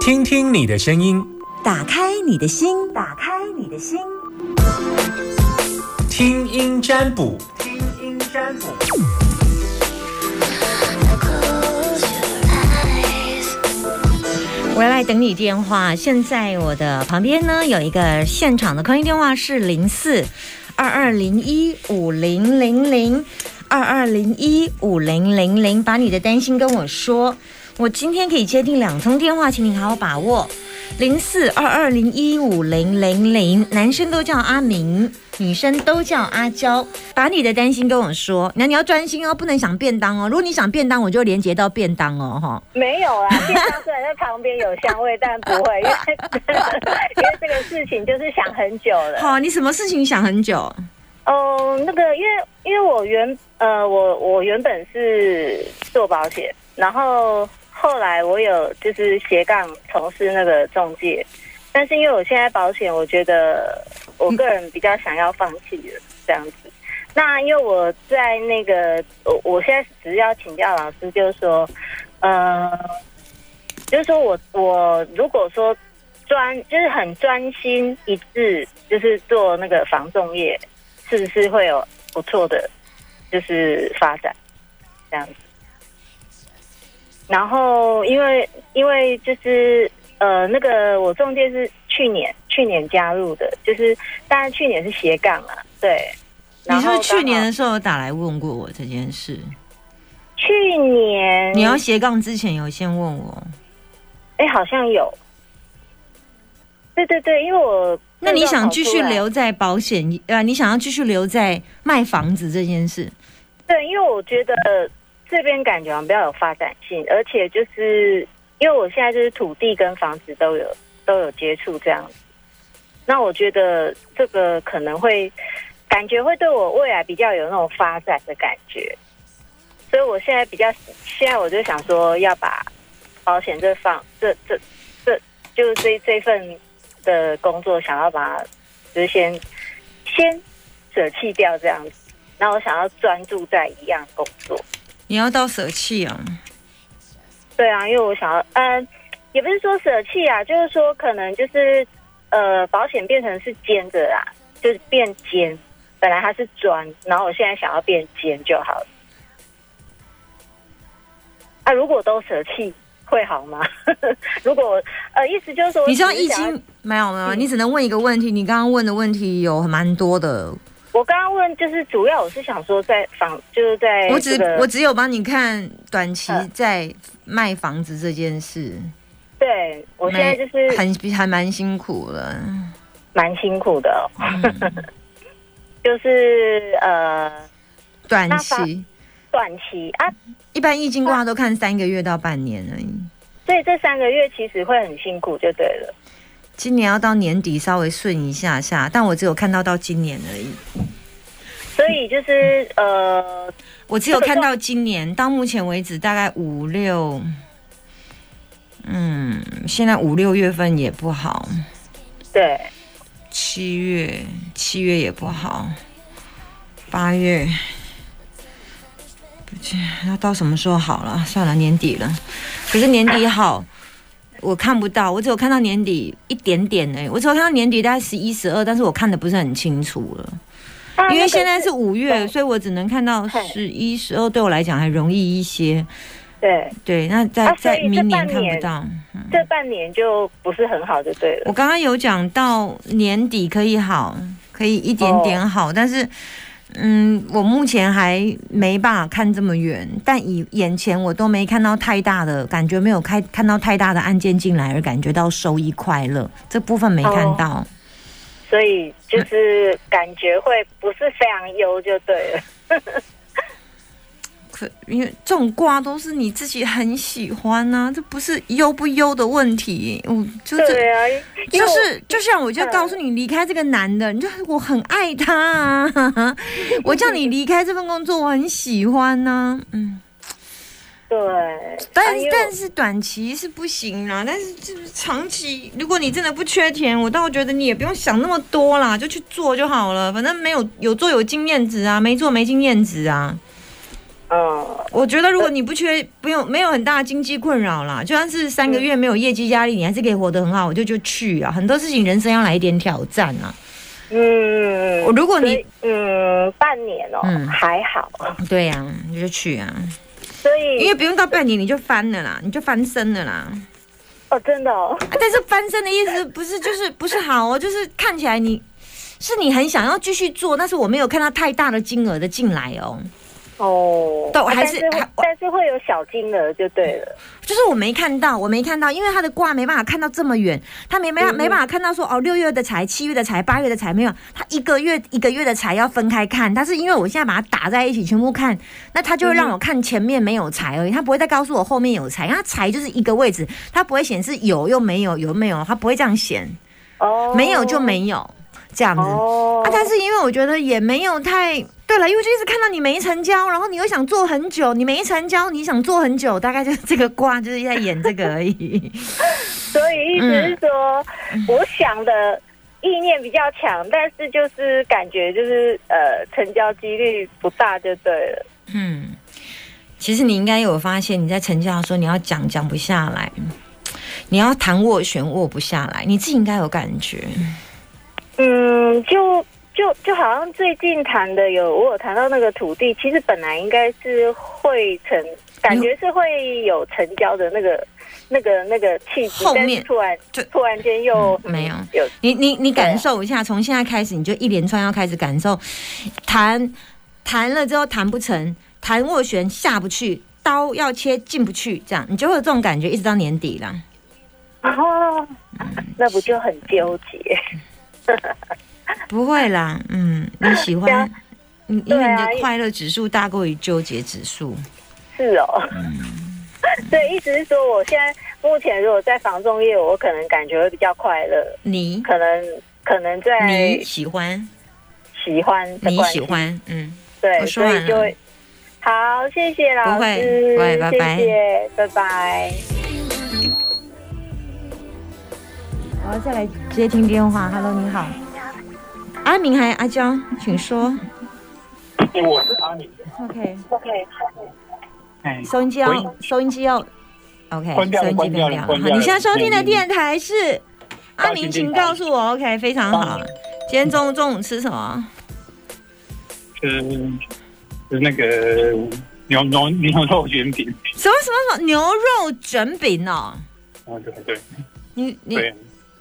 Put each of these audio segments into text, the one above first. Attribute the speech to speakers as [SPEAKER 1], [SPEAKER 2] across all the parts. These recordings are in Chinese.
[SPEAKER 1] 听听你的声音，
[SPEAKER 2] 打开你的心，打开你的心，
[SPEAKER 1] 听音占卜，听音占卜。
[SPEAKER 2] 我来等你电话。现在我的旁边呢有一个现场的空音电话是零四二二零一五零零零二二零一五零零零，把你的担心跟我说。我今天可以接听两通电话，请你好好把握。零四二二零一五零零零，男生都叫阿明，女生都叫阿娇。把你的担心跟我说，那你要专心哦，不能想便当哦。如果你想便当，我就连接到便当哦，哈。
[SPEAKER 3] 没有 啦，电商虽然在旁边有香味，但不会，因为 因为这个事情就是想很久了。
[SPEAKER 2] 好，你什么事情想很久？
[SPEAKER 3] 哦，那个因为因为我原呃我我原本是做保险，然后后来我有就是斜杠从事那个中介，但是因为我现在保险，我觉得我个人比较想要放弃了这样子。那因为我在那个我我现在只是要请教老师，就是说，呃，就是说我我如果说专就是很专心一致，就是做那个防重业，是不是会有不错的就是发展这样子？然后因为因为就是呃那个我中介是去年去年加入的，就是当然去年是斜杠啊，对。
[SPEAKER 2] 你
[SPEAKER 3] 然
[SPEAKER 2] 是
[SPEAKER 3] 后
[SPEAKER 2] 不是去
[SPEAKER 3] 刚好
[SPEAKER 2] 年的时候有打来问过我这件事？
[SPEAKER 3] 去年
[SPEAKER 2] 你要斜杠之前有先问我，
[SPEAKER 3] 哎、好像有。对对对，因为我
[SPEAKER 2] 那你想继续
[SPEAKER 3] 那时候跑出来？
[SPEAKER 2] 留在保险呃，你想要继续留在卖房子这件事？
[SPEAKER 3] 对，因为我觉得这边感觉好像比较有发展性，而且就是因为我现在就是土地跟房子都有都有接触这样子，那我觉得这个可能会感觉会对我未来比较有那种发展的感觉，所以我现在比较现在我就想说要把保险这放这这这就是这这份的工作想要把它就是先先舍弃掉这样子。那我想要专注在一样工作。
[SPEAKER 2] 你要到舍弃啊？
[SPEAKER 3] 对啊，因为我想要，嗯，也不是说舍弃啊，就是说可能就是，呃，保险变成是兼着啦，就是变兼。本来它是专，然后我现在想要变兼就好了。啊，如果都舍弃会好吗？ 如果我呃，意思就是嗯说，
[SPEAKER 2] 你知道
[SPEAKER 3] 一
[SPEAKER 2] 易经没有没有，你只能问一个问题。你刚刚问的问题有蛮多的，
[SPEAKER 3] 我刚刚问就是主要我是想说在房，就是在、这
[SPEAKER 2] 我只
[SPEAKER 3] 个
[SPEAKER 2] 我只有帮你看短期
[SPEAKER 3] 嗯
[SPEAKER 2] 在卖房子这件事，
[SPEAKER 3] 对我现在就是
[SPEAKER 2] 蛮很还蛮辛苦了。
[SPEAKER 3] 蛮辛苦的哦、
[SPEAKER 2] 嗯
[SPEAKER 3] 就是呃
[SPEAKER 2] 短
[SPEAKER 3] 那房嗯
[SPEAKER 2] 期
[SPEAKER 3] 短期啊，
[SPEAKER 2] 一般易经卦都看三个月到半年而已。
[SPEAKER 3] 所以这三个月其实会很辛苦，就对了。
[SPEAKER 2] 今年要到年底稍微顺一下下，但我只有看到到今年而已，
[SPEAKER 3] 所以就是
[SPEAKER 2] 嗯
[SPEAKER 3] 呃，
[SPEAKER 2] 我只有看到今年到目前为止大概五六，嗯，现在五六月份也不好，
[SPEAKER 3] 对，
[SPEAKER 2] 七月七月也不好，八月不知要到什么时候好了，算了，年底了，可是年底好。我看不到，我只有看到年底一点点哎、我只有看到年底大概十一、十二，但是我看的不是很清楚了。
[SPEAKER 3] 啊
[SPEAKER 2] 因为现在
[SPEAKER 3] 那个
[SPEAKER 2] 是五月，
[SPEAKER 3] 嗯
[SPEAKER 2] 所以我只能看到
[SPEAKER 3] 嘿
[SPEAKER 2] 十一、十二，对我来讲还容易一些。
[SPEAKER 3] 对
[SPEAKER 2] 对，那在、
[SPEAKER 3] 啊所
[SPEAKER 2] 在
[SPEAKER 3] 以这
[SPEAKER 2] 明年
[SPEAKER 3] 半
[SPEAKER 2] 看不
[SPEAKER 3] 年
[SPEAKER 2] 到。
[SPEAKER 3] 这半年就不是很好，就对了。
[SPEAKER 2] 我刚刚有讲到年底可以好，可以一点
[SPEAKER 3] 哦
[SPEAKER 2] 点好，但是。嗯，我目前还没办法看这么远，但以眼前我都没看到太大的感觉，没有开看到太大的案件进来，而感觉到收益快乐这部分没看
[SPEAKER 3] 哦
[SPEAKER 2] 到。
[SPEAKER 3] 所以就是感觉会不是非常优，就对了。
[SPEAKER 2] 可因为这种卦都是你自己很喜欢呐、这不是优不优的问题，我 就是。
[SPEAKER 3] 对啊，
[SPEAKER 2] 就
[SPEAKER 3] 因为我
[SPEAKER 2] 是，就像我就告诉你离开这个男的，你就我很爱他、啊， 我叫你离开这份工作，我很喜欢呢、嗯，
[SPEAKER 3] 对，
[SPEAKER 2] 但
[SPEAKER 3] 啊因为
[SPEAKER 2] 但是短期是不行啦，但是就是长期，如果你真的不缺钱，我倒觉得你也不用想那么多啦，就去做就好了，反正没有有做有经验值啊，没做没经验值啊，
[SPEAKER 3] 嗯，
[SPEAKER 2] 我觉得如果你不缺不用没有很大的经济困扰啦，就算是三个月没有业绩压力，你还是可以活得很好，我就就去啊。很多事情人生要来一点挑战啊。
[SPEAKER 3] 嗯，
[SPEAKER 2] 我如果
[SPEAKER 3] 所
[SPEAKER 2] 你
[SPEAKER 3] 以嗯半年哦、
[SPEAKER 2] 嗯
[SPEAKER 3] 还好，
[SPEAKER 2] 对呀、你就去啊，
[SPEAKER 3] 所
[SPEAKER 2] 因
[SPEAKER 3] 以
[SPEAKER 2] 为不用到半年你就翻了啦，你就翻身了啦。
[SPEAKER 3] 哦真的哦，
[SPEAKER 2] 啊但是翻身的意思不是就是不是好哦，就是看起来你是你很想要继续做，但是我没有看到太大的金额的进来哦，
[SPEAKER 3] 哦，
[SPEAKER 2] 对我还
[SPEAKER 3] 但
[SPEAKER 2] 是
[SPEAKER 3] 是会
[SPEAKER 2] 还我
[SPEAKER 3] 但是会有小金额就对了，
[SPEAKER 2] 就是我没看到，我没看到，因为他的卦没办法看到这么远，他没没
[SPEAKER 3] 嗯
[SPEAKER 2] 没办法看到说哦六月的财、七月的财、八月的财没有，他一个月一个月的财要分开看，但是因为我现在把它打在一起全部看，那他就会让我看前面没有财而已，他不会再告诉我后面有财，因为他财就是一个位置，他不会显示有又没有，有又没有，他不会这样显，
[SPEAKER 3] 哦，
[SPEAKER 2] 没有就没有这样子。
[SPEAKER 3] 哦，
[SPEAKER 2] 啊，但是因为我觉得也没有太对了，因为就一直看到你没成交，然后你又想做很久，你没成交，你想做很久，大概就是这个卦就是在演这个而已。
[SPEAKER 3] 所以意思是说，
[SPEAKER 2] 嗯
[SPEAKER 3] 我想的意念比较强，但是就是感觉就是呃，成交几率不大就对了。
[SPEAKER 2] 嗯，其实你应该有发现，你在成交的时候你要讲讲不下来，你要谈斡旋握不下来，你自己应该有感觉。
[SPEAKER 3] 嗯，就就就好像最近谈的有我有谈到那个土地，其实本来应该是会成，感觉是会有成交的那个那个那个气质，
[SPEAKER 2] 后面
[SPEAKER 3] 但是突然
[SPEAKER 2] 就
[SPEAKER 3] 突然间又、
[SPEAKER 2] 嗯没有
[SPEAKER 3] 有
[SPEAKER 2] 你你你
[SPEAKER 3] 对
[SPEAKER 2] 感
[SPEAKER 3] 啊
[SPEAKER 2] 受一下，从现在开始你就一连串要开始感受，谈谈了之后谈不成，谈斡旋下不去，刀要切进不去，这样你就会有这种感觉，一直到年底啦。
[SPEAKER 3] 哦， 那不就很纠结？
[SPEAKER 2] 嗯不会啦，嗯，你喜
[SPEAKER 3] 对啊
[SPEAKER 2] 欢，你因
[SPEAKER 3] 对
[SPEAKER 2] 为你
[SPEAKER 3] 啊
[SPEAKER 2] 的快乐指数大过于纠结指数，
[SPEAKER 3] 是哦。
[SPEAKER 2] 嗯
[SPEAKER 3] 对，意思是说，我现在目前如果在房仲业，我可能感觉会比较快乐，
[SPEAKER 2] 你
[SPEAKER 3] 可能可能在
[SPEAKER 2] 你喜欢
[SPEAKER 3] 喜欢的
[SPEAKER 2] 你
[SPEAKER 3] 关
[SPEAKER 2] 喜
[SPEAKER 3] 系，
[SPEAKER 2] 欢，嗯，我
[SPEAKER 3] 对，
[SPEAKER 2] 说
[SPEAKER 3] 所
[SPEAKER 2] 完
[SPEAKER 3] 以就会好，谢谢老
[SPEAKER 2] 不会
[SPEAKER 3] 师，
[SPEAKER 2] 不会拜拜
[SPEAKER 3] 谢谢，拜拜。
[SPEAKER 2] 我要再来接听电话，Hello，你好，阿明还阿娇，请说
[SPEAKER 1] 我是阿敏，
[SPEAKER 2] ，OK。
[SPEAKER 3] OK，
[SPEAKER 1] 哎，
[SPEAKER 2] 收音机要
[SPEAKER 1] 喂
[SPEAKER 2] 收音机要 OK，
[SPEAKER 1] 关掉
[SPEAKER 2] 收
[SPEAKER 1] 了
[SPEAKER 2] 音机
[SPEAKER 1] 关掉了
[SPEAKER 2] 好，
[SPEAKER 1] 关掉了
[SPEAKER 2] 你现在收听的电台是阿明，
[SPEAKER 1] 大型电台
[SPEAKER 2] 请告诉我 OK，非常好。今天中午中午吃什么？
[SPEAKER 1] 是是那个牛牛牛肉卷饼，
[SPEAKER 2] 什么什么什么牛肉卷饼哦？
[SPEAKER 1] 啊对对
[SPEAKER 2] 你你
[SPEAKER 1] 对，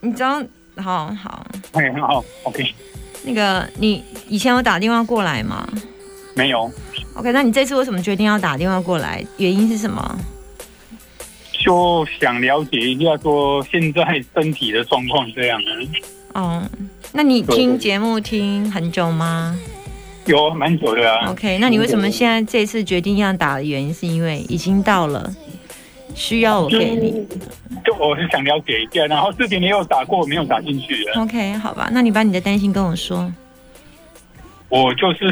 [SPEAKER 2] 你知道？好好，
[SPEAKER 1] 哎好，OK，
[SPEAKER 2] 那个你以前有打电话过来吗
[SPEAKER 1] 没有，
[SPEAKER 2] ？OK，那你这次为什么决定要打电话过来？原因是什么？
[SPEAKER 1] 就想了解一下说现在身体的状况这样啊，
[SPEAKER 2] 哦，那你
[SPEAKER 1] 对
[SPEAKER 2] 听
[SPEAKER 1] 对
[SPEAKER 2] 节目听很久吗
[SPEAKER 1] 有蛮久的啊，
[SPEAKER 2] ？OK，那你为什么
[SPEAKER 1] 嗯
[SPEAKER 2] 现在这次决定要打的原因，是因为已经到了需要我给你
[SPEAKER 1] 就我是想了解一下，然后之前也有打过，没有打进去的，
[SPEAKER 2] OK，好吧，那你把你的担心跟我说。
[SPEAKER 1] 我就是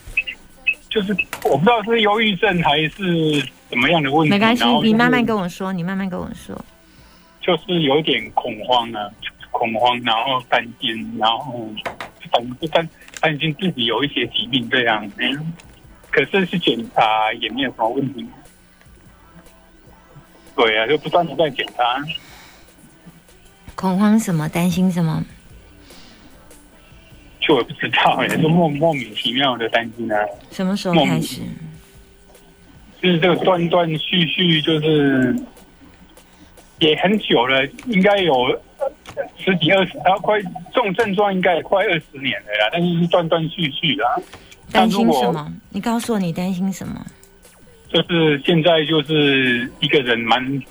[SPEAKER 1] 就是我不知道是忧郁症还是什么样的问题，
[SPEAKER 2] 没关系
[SPEAKER 1] 嗯然后，就是
[SPEAKER 2] 你慢慢跟我说，你慢慢跟我说。
[SPEAKER 1] 就是有点恐慌啊，恐慌，然后担心，然后反正担担心自己有一些疾病这样。嗯，可是去检查也没有什么问题。对啊，就不断的在检查，
[SPEAKER 2] 恐慌什么？担心什么？
[SPEAKER 1] 就我也不知道也就莫莫名其妙的担心啊。
[SPEAKER 2] 什么时候
[SPEAKER 1] 梦
[SPEAKER 2] 开始？
[SPEAKER 1] 就是这个断断续续，就是也很久了，应该有十几二十，然后快这种症状应该也快二十年了啦，但是是断断续续啦。
[SPEAKER 2] 担心
[SPEAKER 1] 那如
[SPEAKER 2] 什
[SPEAKER 1] 果
[SPEAKER 2] 么？你告诉我你担心什么？
[SPEAKER 1] 就是现在就是一个人蛮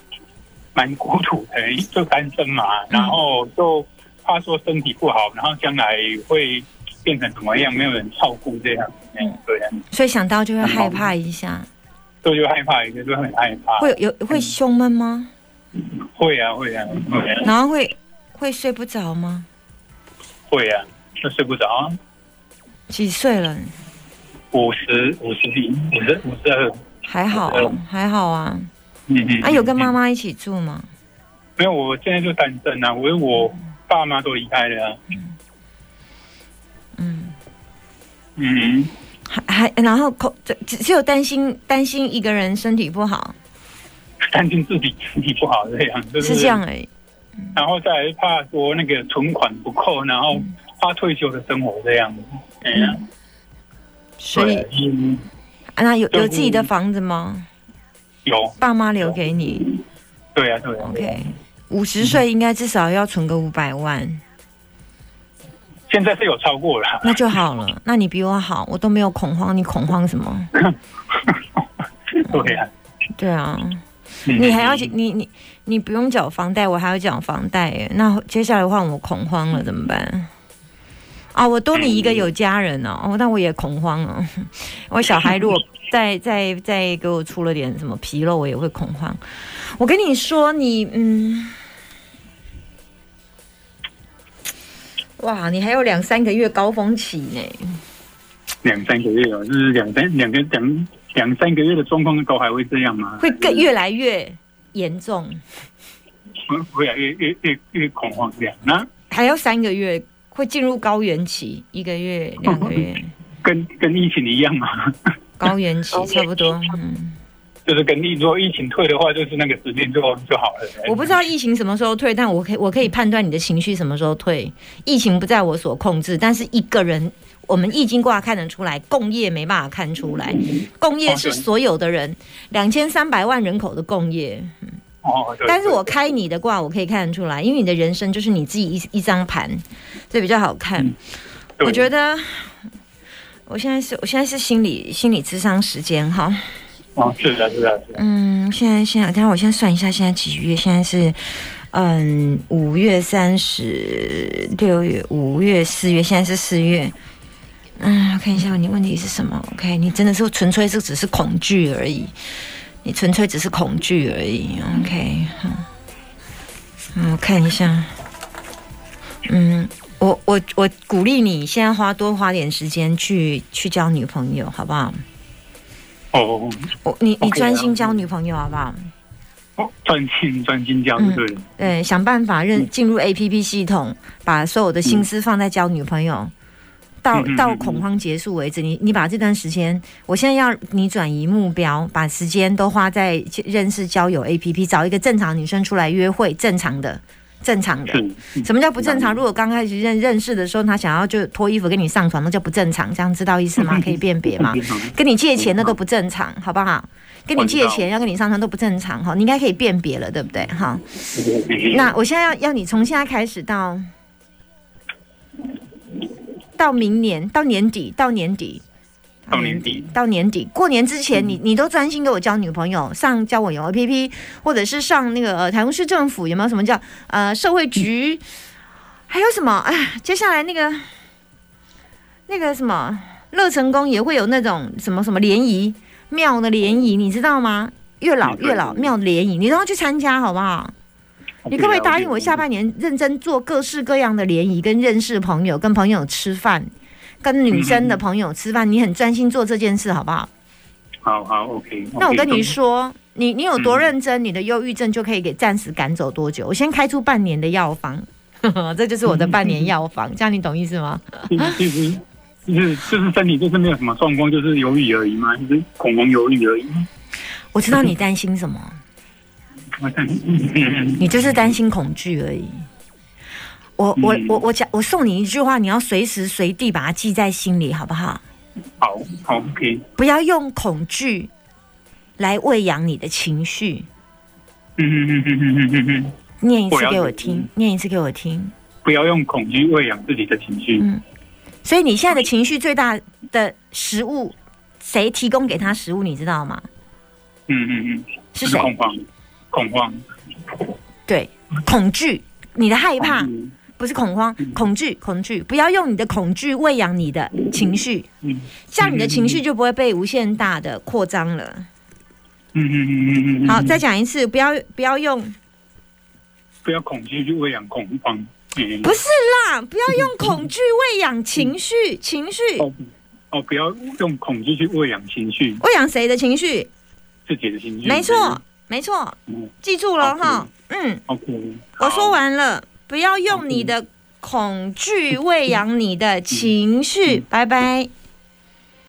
[SPEAKER 1] 蛮孤独的，就单身嘛，
[SPEAKER 2] 嗯
[SPEAKER 1] 然后就怕说身体不好，然后将来会变成怎么样，没有人照顾这样，嗯，对啊，
[SPEAKER 2] 所以想到就会害怕一下，
[SPEAKER 1] 所以就害怕，就会很害怕，
[SPEAKER 2] 会有有会胸闷吗？
[SPEAKER 1] 会啊会啊会啊
[SPEAKER 2] 然后会会睡不着吗？
[SPEAKER 1] 会啊，就睡不着啊，
[SPEAKER 2] 几岁了？
[SPEAKER 1] 五十五十几，五十五十二，
[SPEAKER 2] 还好
[SPEAKER 1] 呃
[SPEAKER 2] 啊，还好啊。
[SPEAKER 1] 嗯嗯，
[SPEAKER 2] 啊，有跟妈
[SPEAKER 1] 妈
[SPEAKER 2] 妈一起住吗？
[SPEAKER 1] 没有？我现在就单身啊，我我爸妈都离开了啊，
[SPEAKER 2] 嗯，
[SPEAKER 1] 嗯，
[SPEAKER 2] 还还然后口只只有担心担心一个人身体不好，
[SPEAKER 1] 担心自己身体不好这样，就是
[SPEAKER 2] 这样。而已。
[SPEAKER 1] 然后再来怕说那个存款不够，然后
[SPEAKER 2] 嗯
[SPEAKER 1] 怕退休的生活这样子。哎呀，
[SPEAKER 2] 所以
[SPEAKER 1] 对嗯
[SPEAKER 2] 啊那有
[SPEAKER 1] 就
[SPEAKER 2] 有自己的房子吗？
[SPEAKER 1] 有，
[SPEAKER 2] 爸妈留给你
[SPEAKER 1] 对啊，对啊。对啊
[SPEAKER 2] ，OK。五十岁应该至少要存个五百万，
[SPEAKER 1] 现在是有超过了，
[SPEAKER 2] 那就好了。那你比我好，我都没有恐慌，你恐慌什么？
[SPEAKER 1] 对啊。
[SPEAKER 2] 对啊，
[SPEAKER 1] 嗯
[SPEAKER 2] 你还要你你你不用缴房贷，我还要缴房贷耶。那接下来换我恐慌了，怎么办？啊，我多你一个有家人哦，哦，那我也恐慌哦。 我小孩如果 再再再给我出了点什么纰漏，我也会恐慌。我跟你说，你嗯，哇，你还有两三个月高峰期呢。
[SPEAKER 1] 两三个月了，就是两三两个两两三个月的状况都还会这样吗？
[SPEAKER 2] 会更越来越严重，
[SPEAKER 1] 会会啊越越越越恐慌这样。那
[SPEAKER 2] 还要三个月会进入高原期，一个月、两个月
[SPEAKER 1] 跟跟疫情一样嘛，
[SPEAKER 2] 高原期差不多。嗯，
[SPEAKER 1] 就是跟疫如果疫情退的话，就是那个时间就就好了。
[SPEAKER 2] 我不知道疫情什么时候退，但我可以我可以判断你的情绪什么时候退。疫情不在我所控制，但是一个人。我们易经卦看得出来，共业没办法看出来。共业是所有的人，两千三百万人口的共业。
[SPEAKER 1] 哦，对
[SPEAKER 2] 但是我
[SPEAKER 1] 对
[SPEAKER 2] 开你的卦，我可以看得出来，因为你的人生就是你自己一一张盘，所以比较好看。
[SPEAKER 1] 对
[SPEAKER 2] 我觉得我现在是我现在是心理心理智商时间哈，
[SPEAKER 1] 哦，是的，是的，是的，
[SPEAKER 2] 嗯，现在现在，等一下我先算一下，现在几月？现在是嗯五月三十六月五月四月，现在是四月。嗯，我看一下你问题是什么？OK，你真的是纯粹是只是恐惧而已，你纯粹只是恐惧而已。OK，好嗯，我看一下，嗯，我我我鼓励你现在花多花点时间去去交女朋友，好不好？
[SPEAKER 1] 哦，
[SPEAKER 2] 我你你
[SPEAKER 1] OK 啊
[SPEAKER 2] 专心交女朋友，好不好？
[SPEAKER 1] 哦专心专心
[SPEAKER 2] 嗯
[SPEAKER 1] 这样对，
[SPEAKER 2] 对，想办法
[SPEAKER 1] 嗯
[SPEAKER 2] 认进入 A P P 系统，把所有的心思放在交女朋友，到
[SPEAKER 1] 嗯嗯嗯
[SPEAKER 2] 到恐慌结束为止。你你把这段时间，我现在要你转移目标，把时间都花在认识交友 A P P，找一个正常女生出来约会，正常的，正常的。
[SPEAKER 1] 是嗯
[SPEAKER 2] 什么叫不正常？如果刚开始认认识的时候，他想要就脱衣服跟你上床，那叫不正常。这样知道意思 吗？可以辨别
[SPEAKER 1] 嗯
[SPEAKER 2] 吗？跟你借钱那都不正常，好不好？跟你借
[SPEAKER 1] 我知
[SPEAKER 2] 钱要跟你上床都不正常哈，你应该可以辨别了，对不对哈？
[SPEAKER 1] 那嗯
[SPEAKER 2] 那我现在要要你从现在开始到到明年，到年底，到年底，
[SPEAKER 1] 到年底，嗯
[SPEAKER 2] 到年底，过年之前，你你都专心给我交女朋友，上交我友 APP，或者是上那个呃台中市政府有没有什么叫呃社会局，还有什么？哎，接下来那个那个什么乐成宫也会有那种什么什么联谊庙的联谊，你知道吗？月老
[SPEAKER 1] 嗯
[SPEAKER 2] 月老庙的联谊，你都要去参加，好不好？
[SPEAKER 1] 嗯
[SPEAKER 2] 你可不可以答应我下半年认真做各式各样的联谊，跟认识朋友，跟朋友吃饭，跟女生的朋友吃饭，你很专心做这件事，好不好？
[SPEAKER 1] 好好 OK，
[SPEAKER 2] 那我跟你，说，你你有多认真，你的忧郁症就可以给暂时赶走多久？我先开出半年的药方。 这就是我的半年药方，这样你懂意思吗？
[SPEAKER 1] 其其实就是就是身体就是没有什么状况，就是犹豫而已嘛，就是恐慌犹豫而已。
[SPEAKER 2] 我知道你担心什么，
[SPEAKER 1] 我看，嗯嗯
[SPEAKER 2] 你就是担心恐惧而已。我我我我讲，我送你一句话，你要随时随地把它记在心里，好不好？
[SPEAKER 1] 好好 OK，
[SPEAKER 2] 不要用恐惧来喂养你的情绪。
[SPEAKER 1] 嗯嗯嗯嗯嗯嗯嗯嗯，
[SPEAKER 2] 念一次
[SPEAKER 1] 我要嗯
[SPEAKER 2] 给我
[SPEAKER 1] 努力
[SPEAKER 2] 听，念一次给我听。
[SPEAKER 1] 不要用恐惧喂养自己的情绪。
[SPEAKER 2] 所以你现在的情绪最大的食物，谁提供给他食物，你知道吗？
[SPEAKER 1] 嗯嗯嗯，
[SPEAKER 2] 是
[SPEAKER 1] 恐
[SPEAKER 2] 谁？
[SPEAKER 1] 慌，恐慌，
[SPEAKER 2] 对，恐惧，你的害怕
[SPEAKER 1] 嗯
[SPEAKER 2] 不是恐慌，恐惧，恐惧，不要用你的恐惧喂养你的情绪，
[SPEAKER 1] 嗯
[SPEAKER 2] 这样你的情绪就不会被无限大的扩张了。
[SPEAKER 1] 嗯嗯嗯嗯，
[SPEAKER 2] 好，再讲一次，不要不要用，
[SPEAKER 1] 不要恐惧去喂养恐慌。嗯
[SPEAKER 2] 不是啦，不要用恐惧喂养情绪，情绪
[SPEAKER 1] 哦哦，不要用恐惧去喂养情绪，
[SPEAKER 2] 喂养谁的情绪？
[SPEAKER 1] 自己的情绪。
[SPEAKER 2] 没错，没错
[SPEAKER 1] 嗯，
[SPEAKER 2] 记住了哈
[SPEAKER 1] 好，
[SPEAKER 2] 嗯。
[SPEAKER 1] OK，
[SPEAKER 2] 我说
[SPEAKER 1] 完。
[SPEAKER 2] 完了，
[SPEAKER 1] 嗯
[SPEAKER 2] 不要用你的恐惧喂养你的情绪，拜拜。